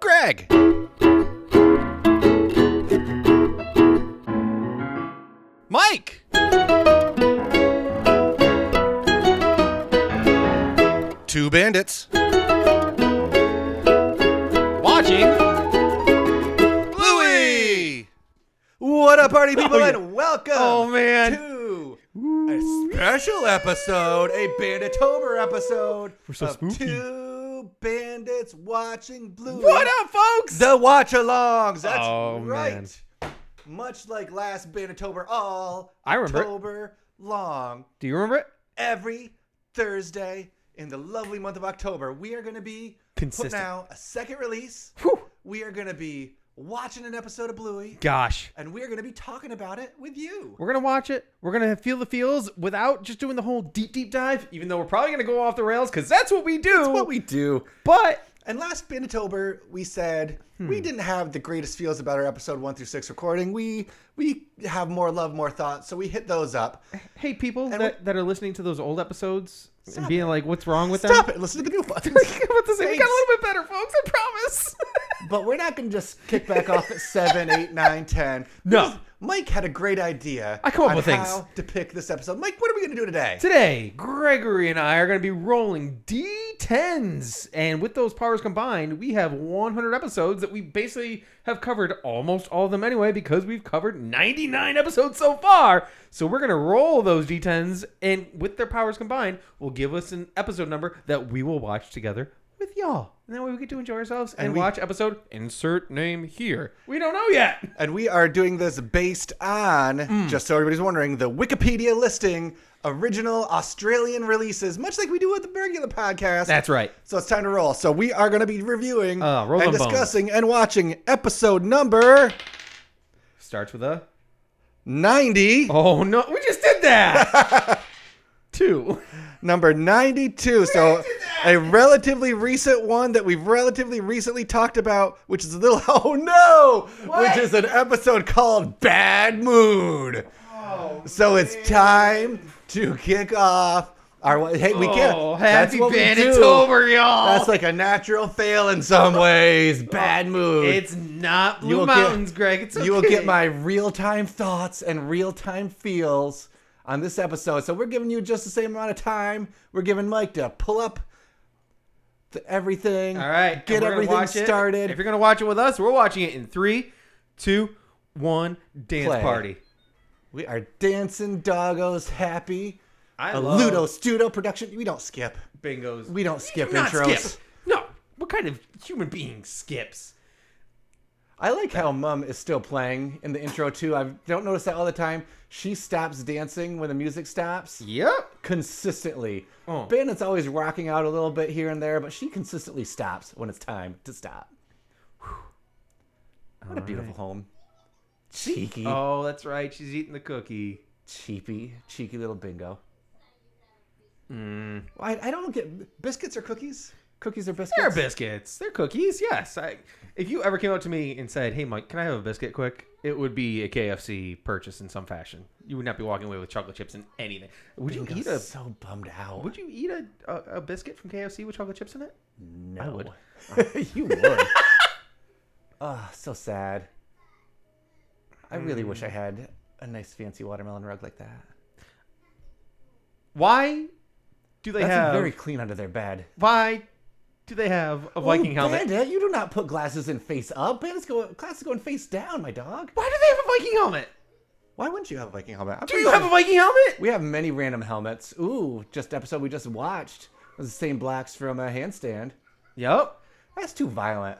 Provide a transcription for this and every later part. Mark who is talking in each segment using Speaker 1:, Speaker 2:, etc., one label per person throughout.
Speaker 1: bag. Mike! Two bandits.
Speaker 2: Watching.
Speaker 1: Louie!
Speaker 3: What up, party people, and welcome
Speaker 1: Oh, man.
Speaker 3: to a special episode, a Banditober episode. We're
Speaker 2: so
Speaker 3: of
Speaker 2: spooky.
Speaker 3: Two bandits watching blue.
Speaker 1: What up, folks?
Speaker 3: The watch alongs. That's
Speaker 2: Oh, man.
Speaker 3: right. Much like last Banditober, all
Speaker 2: I remember it.
Speaker 3: October long,
Speaker 2: Do you remember it?
Speaker 3: every Thursday in the lovely month of October, we are going to be
Speaker 2: Consistent.
Speaker 3: putting out a second release.
Speaker 2: Whew.
Speaker 3: We are going to be watching an episode of Bluey.
Speaker 2: Gosh.
Speaker 3: and we're going to be talking about it with you.
Speaker 2: We're gonna watch it. We're gonna feel the feels without just doing the whole deep deep dive, even though we're probably gonna go off the rails because that's what we do.
Speaker 3: we do.
Speaker 2: but
Speaker 3: And last Banditober, we said
Speaker 2: Hmm.
Speaker 3: we didn't have the greatest feels about our episode one through six recording. We we have more love, more thought, so we hit those up.
Speaker 2: hey, people
Speaker 3: And
Speaker 2: that, that are listening to those old episodes and
Speaker 3: Stop
Speaker 2: being like, "What's wrong with
Speaker 3: Stop
Speaker 2: them?"
Speaker 3: it! Listen to the new ones.
Speaker 2: About to say, we got a
Speaker 3: Thanks.
Speaker 2: little bit better, folks. I promise.
Speaker 3: but we're not going to just kick back off at seven, eight, nine, ten.
Speaker 2: No.
Speaker 3: Because Mike had a great idea.
Speaker 2: I come up
Speaker 3: on
Speaker 2: with things.
Speaker 3: how to pick this episode. Mike, what are we going to do today?
Speaker 2: Today, Gregory and I are going to be rolling D10s. And with those powers combined, we have 100 episodes that we basically have covered almost all of them anyway because we've covered 99 episodes so far. So we're going to roll those D10s, and with their powers combined, will give us an episode number that we will watch together with y'all. And that way we get to enjoy ourselves and,
Speaker 3: we-
Speaker 2: watch episode insert name here. We don't know yet.
Speaker 3: And we are doing this based on,
Speaker 2: Mm.
Speaker 3: just so everybody's wondering, the Wikipedia listing original Australian releases, much like we do with the regular podcast.
Speaker 2: That's right.
Speaker 3: So it's time to roll. So we are going to be reviewing
Speaker 2: Uh, roll
Speaker 3: and
Speaker 2: them bones.
Speaker 3: discussing and watching episode number
Speaker 2: Starts with a
Speaker 3: 90,
Speaker 2: Oh no, we just did that. Two.
Speaker 3: number 92. So a relatively recent one that we've relatively recently talked about, which is a little, oh no, which is an episode called Bad Mood.
Speaker 2: Oh,
Speaker 3: So it's time to kick off our. Hey, we can't.
Speaker 2: Oh,
Speaker 3: that's
Speaker 2: happy
Speaker 3: what we do.
Speaker 2: Banditober, y'all.
Speaker 3: That's like a natural fail in some ways. Bad mood.
Speaker 2: Oh, it's not
Speaker 3: You
Speaker 2: Blue
Speaker 3: will get-
Speaker 2: Mountains, Greg. It's okay.
Speaker 3: You will get my real time thoughts and real time feels on this episode. So we're giving you just the same amount of time. We're giving Mike to pull up the, everything.
Speaker 2: all right. and
Speaker 3: Get
Speaker 2: we're gonna
Speaker 3: everything
Speaker 2: watch it.
Speaker 3: started.
Speaker 2: If you're gonna watch it with us, we're watching it in three, two, one. Dance
Speaker 3: Play.
Speaker 2: party.
Speaker 3: we are dancing doggos happy.
Speaker 2: I
Speaker 3: A
Speaker 2: love
Speaker 3: Ludo Studio production. We don't skip.
Speaker 2: bingos.
Speaker 3: We don't skip
Speaker 2: Not
Speaker 3: intros.
Speaker 2: skip. No. What kind of human being skips?
Speaker 3: I like how Mum is still playing in the intro too. I don't notice that all the time. She stops dancing when the music stops
Speaker 2: Yep.
Speaker 3: consistently.
Speaker 2: Oh.
Speaker 3: Bandit's always rocking out a little bit here and there, but she consistently stops when it's time to stop. Whew. What a beautiful home. Cheeky,
Speaker 2: Oh, that's right. She's eating the cookie.
Speaker 3: cheapy, cheeky little bingo.
Speaker 2: Mm.
Speaker 3: I, I don't get biscuits or cookies. Cookies or biscuits.
Speaker 2: They're biscuits. They're cookies. Yes. I, if you ever came up to me and said, "Hey, Mike, can I have a biscuit quick?" It would be a KFC purchase in some fashion. You would not be walking away with chocolate chips and anything. Would you
Speaker 3: Bingo's
Speaker 2: eat a
Speaker 3: so bummed out.
Speaker 2: Would you eat a, a, a biscuit from KFC with chocolate chips in it?
Speaker 3: No.
Speaker 2: I would.
Speaker 3: you would. Ah, so sad. I really wish
Speaker 2: Mm.
Speaker 3: I had a nice fancy watermelon rug like that.
Speaker 2: Why do they
Speaker 3: That's
Speaker 2: have?
Speaker 3: very clean under their bed.
Speaker 2: Why do they have a Viking
Speaker 3: Ooh,
Speaker 2: helmet?
Speaker 3: Bandit, you do not put glasses in face up. Bandit's go glasses going face down, my dog.
Speaker 2: Why do they have a Viking helmet?
Speaker 3: Why wouldn't you have a Viking helmet? I'm
Speaker 2: Do
Speaker 3: pretty
Speaker 2: you have
Speaker 3: sure-
Speaker 2: a Viking helmet?
Speaker 3: We have many random helmets. Ooh, just episode we just watched. It was the same blacks from a handstand.
Speaker 2: Yep.
Speaker 3: That's too violent.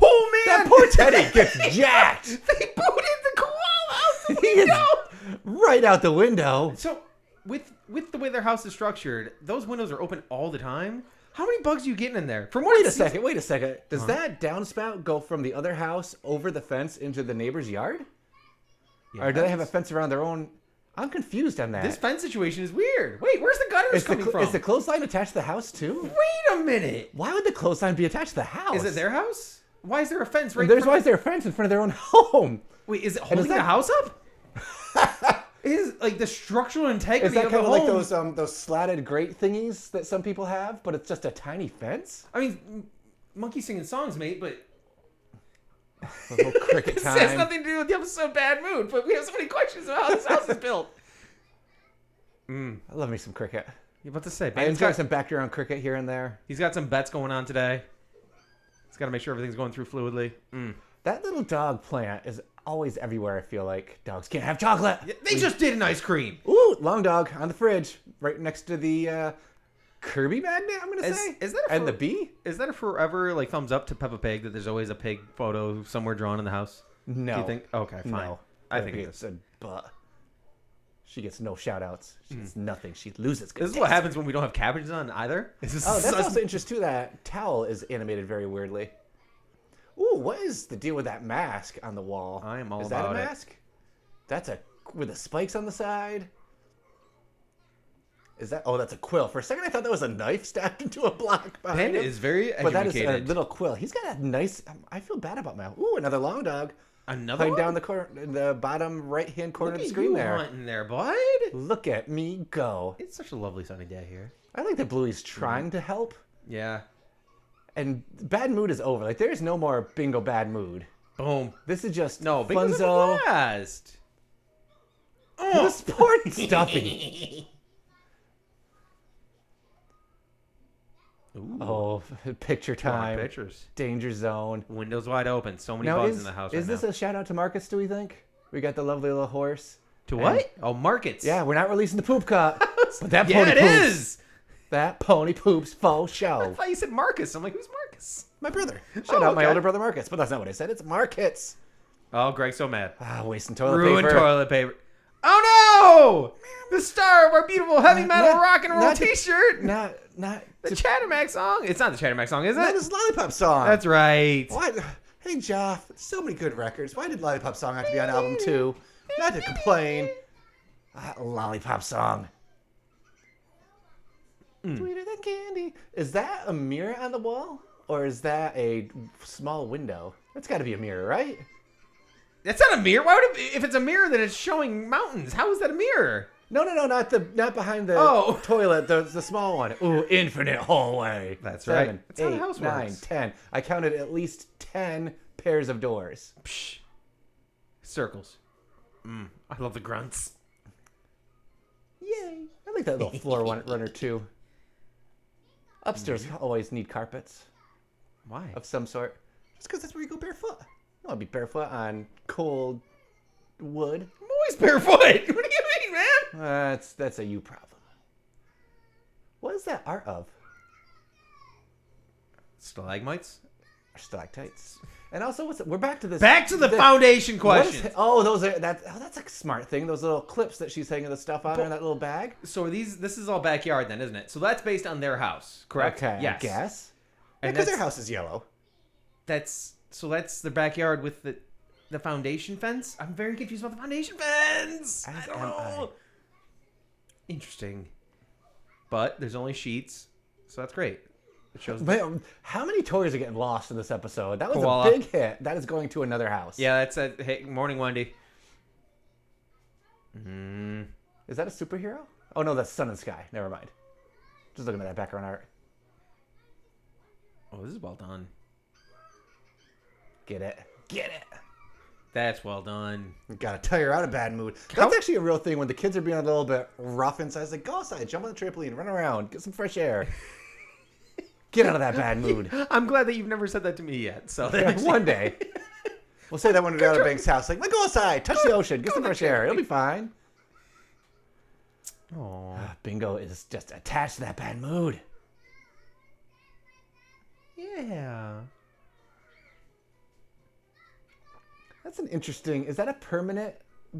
Speaker 2: Oh man!
Speaker 3: That poor Teddy gets jacked.
Speaker 2: they booted the koala out the
Speaker 3: He is
Speaker 2: window.
Speaker 3: right out the window.
Speaker 2: So with with the way their house is structured, those windows are open all the time. How many bugs are you getting in there? From what
Speaker 3: Wait
Speaker 2: it
Speaker 3: a
Speaker 2: seems-
Speaker 3: second, wait a second. Does that downspout go from the other house over the fence into the neighbor's yard? Or do they have a fence around their own? I'm confused on that.
Speaker 2: This fence situation is weird. Wait, where's the gutters
Speaker 3: is, the,
Speaker 2: coming
Speaker 3: cl-
Speaker 2: from?
Speaker 3: is the clothesline attached to the house too?
Speaker 2: Wait a minute.
Speaker 3: Why would the clothesline be attached to the house?
Speaker 2: Is it their house? Why is there a fence right?
Speaker 3: There's
Speaker 2: in front-
Speaker 3: why is there a fence in front of their own home?
Speaker 2: Wait, is it holding
Speaker 3: that-
Speaker 2: the house up? is like the structural integrity
Speaker 3: Is that
Speaker 2: of
Speaker 3: kind
Speaker 2: the
Speaker 3: of
Speaker 2: home?
Speaker 3: like those um those slatted grate thingies that some people have, but it's just a tiny fence?
Speaker 2: I mean, m- monkey singing songs, mate. But
Speaker 3: The whole cricket
Speaker 4: This has
Speaker 3: time.
Speaker 4: nothing to do with the episode Bad Moon, but we have so many questions about how this house is built.
Speaker 3: I love me some cricket.
Speaker 2: You about to say?
Speaker 3: I
Speaker 2: Bandit's
Speaker 3: enjoy
Speaker 2: got,
Speaker 3: some background cricket here and there.
Speaker 2: he's got some bets going on today. He's got to make sure everything's going through fluidly.
Speaker 3: Mm. That little dog plant is always everywhere. I feel like dogs can't have chocolate.
Speaker 2: They just did an ice cream.
Speaker 3: Ooh, long dog on the fridge, right next to the uh, Kirby magnet. I'm gonna
Speaker 2: Is-
Speaker 3: say.
Speaker 2: is that a
Speaker 3: and
Speaker 2: fr-
Speaker 3: the bee?
Speaker 2: Is that a forever like thumbs up to Peppa Pig that there's always a pig photo somewhere drawn in the house?
Speaker 3: No.
Speaker 2: Do you think? Okay, fine.
Speaker 3: No.
Speaker 2: I think it is.
Speaker 3: it's a but. She gets no shout outs. She gets nothing. She loses.
Speaker 2: Hmm. This is what happens when we don't have cabbages on either. This is
Speaker 3: Oh, that's
Speaker 2: sus-
Speaker 3: also interesting too. That towel is animated very weirdly. Ooh, what is the deal with that mask on the wall?
Speaker 2: I am all
Speaker 3: Is
Speaker 2: about
Speaker 3: that
Speaker 2: it.
Speaker 3: a mask? That's a with the spikes on the side. Is that? Oh, that's a quill. For a second, I thought that was a knife stabbed into a block. behind
Speaker 2: Ben
Speaker 3: him.
Speaker 2: is very
Speaker 3: But that is a
Speaker 2: educated.
Speaker 3: little quill. He's got a nice. um, I feel bad about Mal. Ooh, another long dog.
Speaker 2: another
Speaker 3: Playing
Speaker 2: one?
Speaker 3: down the corner, the bottom right hand corner
Speaker 2: Look
Speaker 3: of the
Speaker 2: at
Speaker 3: screen
Speaker 2: you
Speaker 3: there.
Speaker 2: hunting there, bud.
Speaker 3: Look at me go.
Speaker 2: It's such a lovely sunny day here.
Speaker 3: I like that Bluey's trying to help.
Speaker 2: Yeah.
Speaker 3: and bad mood is over. Like there's no more bingo bad mood.
Speaker 2: Boom.
Speaker 3: This is just
Speaker 2: No, big was
Speaker 3: funzo.
Speaker 2: last.
Speaker 3: This poor stuffy.
Speaker 2: Ooh.
Speaker 3: Oh, picture time.
Speaker 2: pictures.
Speaker 3: Danger zone.
Speaker 2: Windows wide open. So many
Speaker 3: Now
Speaker 2: bugs
Speaker 3: is,
Speaker 2: in the house.
Speaker 3: is
Speaker 2: right
Speaker 3: this
Speaker 2: now.
Speaker 3: a shout out to Marcus? Do we think we got the lovely little horse?
Speaker 2: to what? Oh, markets.
Speaker 3: Yeah, we're not releasing the poop cut, but that
Speaker 2: Yeah,
Speaker 3: pony
Speaker 2: it
Speaker 3: poops.
Speaker 2: is.
Speaker 3: That pony poops faux show.
Speaker 2: I thought you said Marcus. I'm like, who's Marcus?
Speaker 3: My brother. Shout
Speaker 2: Oh,
Speaker 3: out my
Speaker 2: okay.
Speaker 3: older brother Marcus, but that's not what I said. It's Marcus.
Speaker 2: Oh, Greg's so mad.
Speaker 3: Ah, wasting toilet
Speaker 2: Ruined
Speaker 3: paper.
Speaker 2: toilet paper. Oh no! The star of our beautiful heavy metal
Speaker 3: Not-
Speaker 2: rock and roll
Speaker 3: not-
Speaker 2: T-shirt.
Speaker 3: Not not.
Speaker 2: the Chattermax song. It's not the Chattermax song, is it?
Speaker 3: That is lollipop song.
Speaker 2: That's right.
Speaker 3: Why? Hey, Joff, so many good records. Why did Lollipop Song have to be on album two? Not to complain. Ah, Lollipop Song. Sweeter than candy. Is that a mirror on the wall? Or is that a small window? That's got to be a mirror, right?
Speaker 2: That's not a mirror. Why would it, if it's a mirror, then it's showing mountains. How is that a mirror?
Speaker 3: No, no, no, not the not behind the
Speaker 2: Oh.
Speaker 3: toilet, the, the small one. Ooh, infinite hallway.
Speaker 2: That's
Speaker 3: Seven,
Speaker 2: right. That's how the
Speaker 3: eight,
Speaker 2: house
Speaker 3: nine,
Speaker 2: works.
Speaker 3: ten. I counted at least ten pairs of doors.
Speaker 2: Psh. Circles. Mm, I love the grunts.
Speaker 3: Yay! I like that little floor one, runner too. Upstairs always need carpets
Speaker 2: Why?
Speaker 3: of some sort. Just because that's where you go barefoot. I want to be barefoot on cold wood.
Speaker 2: I'm always barefoot. What do you mean, man?
Speaker 3: That's that's a you problem. What is that art of?
Speaker 2: Stalagmites.
Speaker 3: Stalactites. And also, what's we're back to this.
Speaker 2: Back to the foundation
Speaker 3: what is-
Speaker 2: question.
Speaker 3: oh, those are that. Oh, that's a smart thing. Those little clips that she's hanging the stuff on her in that little bag.
Speaker 2: So are these this is all backyard then, isn't it? So that's based on their house, correct?
Speaker 3: Okay,
Speaker 2: yes.
Speaker 3: I guess.
Speaker 2: And
Speaker 3: Because their
Speaker 2: that's-
Speaker 3: house is yellow.
Speaker 2: That's so that's the backyard with the the foundation fence. I'm very confused about the foundation fence. I
Speaker 3: As
Speaker 2: don't
Speaker 3: am
Speaker 2: know. Interesting. But there's only sheets, so that's great. It shows.
Speaker 3: Man, um, how many toys are getting lost in this episode? That was
Speaker 2: Koala.
Speaker 3: a big hit. That is going to another house.
Speaker 2: yeah, that's a hey, morning, Wendy. Mm,
Speaker 3: Is that a superhero? Oh no, that's Sun and Sky. Never mind. Just looking at that background art.
Speaker 2: oh, this is well done.
Speaker 3: Get it. Get it.
Speaker 2: That's well done.
Speaker 3: Gotta tire out a bad mood.
Speaker 2: How-
Speaker 3: That's actually a real thing when the kids are being a little bit rough inside. It's like, go outside, jump on the trampoline, run around, get some fresh air. get out of that bad mood.
Speaker 2: I'm glad that you've never said that to me yet. So
Speaker 3: Yeah, one day. We'll say that when we're out of Banks' house. Like, well, go outside, touch the ocean, get some fresh air. It'll be fine.
Speaker 2: Aw.
Speaker 3: Ah, Bingo is just attached to that bad mood.
Speaker 2: Yeah.
Speaker 3: That's an interesting. Is that a permanent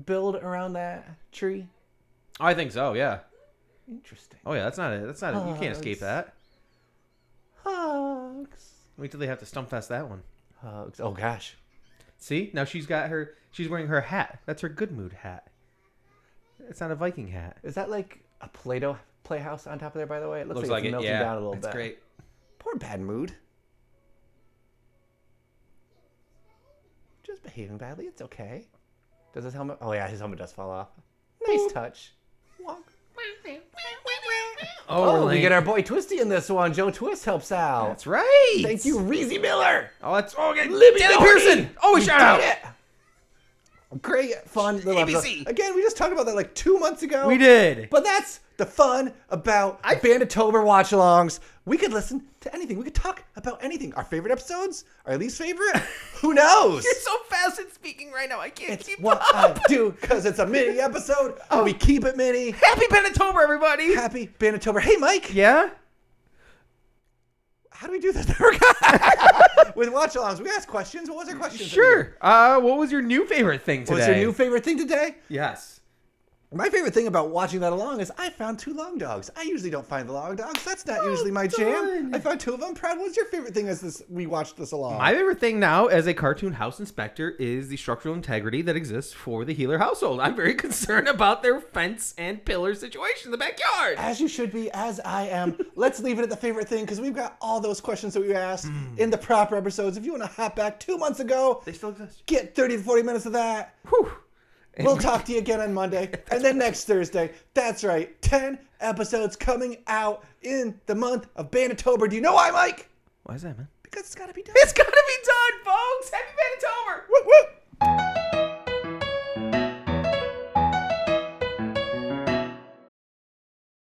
Speaker 3: build around that tree?
Speaker 2: I think so. Yeah.
Speaker 3: Interesting.
Speaker 2: Oh yeah. That's not it. That's not it. You can't escape
Speaker 3: Hugs.
Speaker 2: that.
Speaker 3: Hugs.
Speaker 2: Wait till they have to stump fest that one.
Speaker 3: Hugs. Oh gosh.
Speaker 2: See, now she's got her. She's wearing her hat. That's her good mood hat. It's not a Viking hat.
Speaker 3: Is that like a Play-Doh playhouse on top of there? By the way, it looks,
Speaker 2: Looks like
Speaker 3: like, it's
Speaker 2: it.
Speaker 3: melting
Speaker 2: Yeah,
Speaker 3: down a little
Speaker 2: that's
Speaker 3: bit.
Speaker 2: great.
Speaker 3: Poor bad mood. Just behaving badly. It's okay. Does his helmet? Oh yeah, his helmet does fall off. Nice touch. Walk.
Speaker 2: Oh,
Speaker 3: Oh, we get our boy Twisty in this one. Joan Twist helps out.
Speaker 2: That's right.
Speaker 3: Thank you, Reezy Miller.
Speaker 2: Oh, that's oh, okay.
Speaker 3: Libby
Speaker 2: Danny
Speaker 3: Doherty.
Speaker 2: Pearson. Oh,
Speaker 3: You
Speaker 2: shout
Speaker 3: did
Speaker 2: out.
Speaker 3: it. Great, fun little
Speaker 4: ABC.
Speaker 3: episode. Again, we just talked about that like two months ago.
Speaker 2: We did.
Speaker 3: But that's the fun about Banditober watch alongs. We could listen to anything. We could talk about anything. Our favorite episodes, our least favorite. Who knows?
Speaker 4: You're so fast at speaking right now. I can't
Speaker 3: it's
Speaker 4: keep
Speaker 3: what
Speaker 4: up.
Speaker 3: I do because it's a mini episode. Oh, we keep it mini.
Speaker 4: Happy Benetober, everybody.
Speaker 3: Happy Banditober. Hey, Mike.
Speaker 2: yeah.
Speaker 3: How do we do this? With watch alongs, we ask questions. What was our question?
Speaker 2: Sure. Uh, what was your new favorite thing today?
Speaker 3: What was your new favorite thing today?
Speaker 2: yes.
Speaker 3: My favorite thing about watching that along is I found two long dogs. I usually don't find the long dogs. That's not usually my jam.
Speaker 2: darn.
Speaker 3: I found two of them. Proud. What's your favorite thing as this we watched this along?
Speaker 2: My favorite thing now as a cartoon house inspector is the structural integrity that exists for the Healer household. I'm very concerned about their fence and pillar situation in the backyard.
Speaker 3: as you should be, as I am. Let's leave it at the favorite thing because we've got all those questions that we asked in the proper episodes. If you want to hop back two months ago,
Speaker 2: They still exist.
Speaker 3: get 30 to 40 minutes of that.
Speaker 2: Whew.
Speaker 3: We'll talk to you again on Monday and then next Thursday. That's right. 10 episodes coming out in the month of Banatober. Do you know why, Mike?
Speaker 2: Why is that, man?
Speaker 3: Because it's got to be done.
Speaker 4: It's gotta be done, folks. Happy Benetober.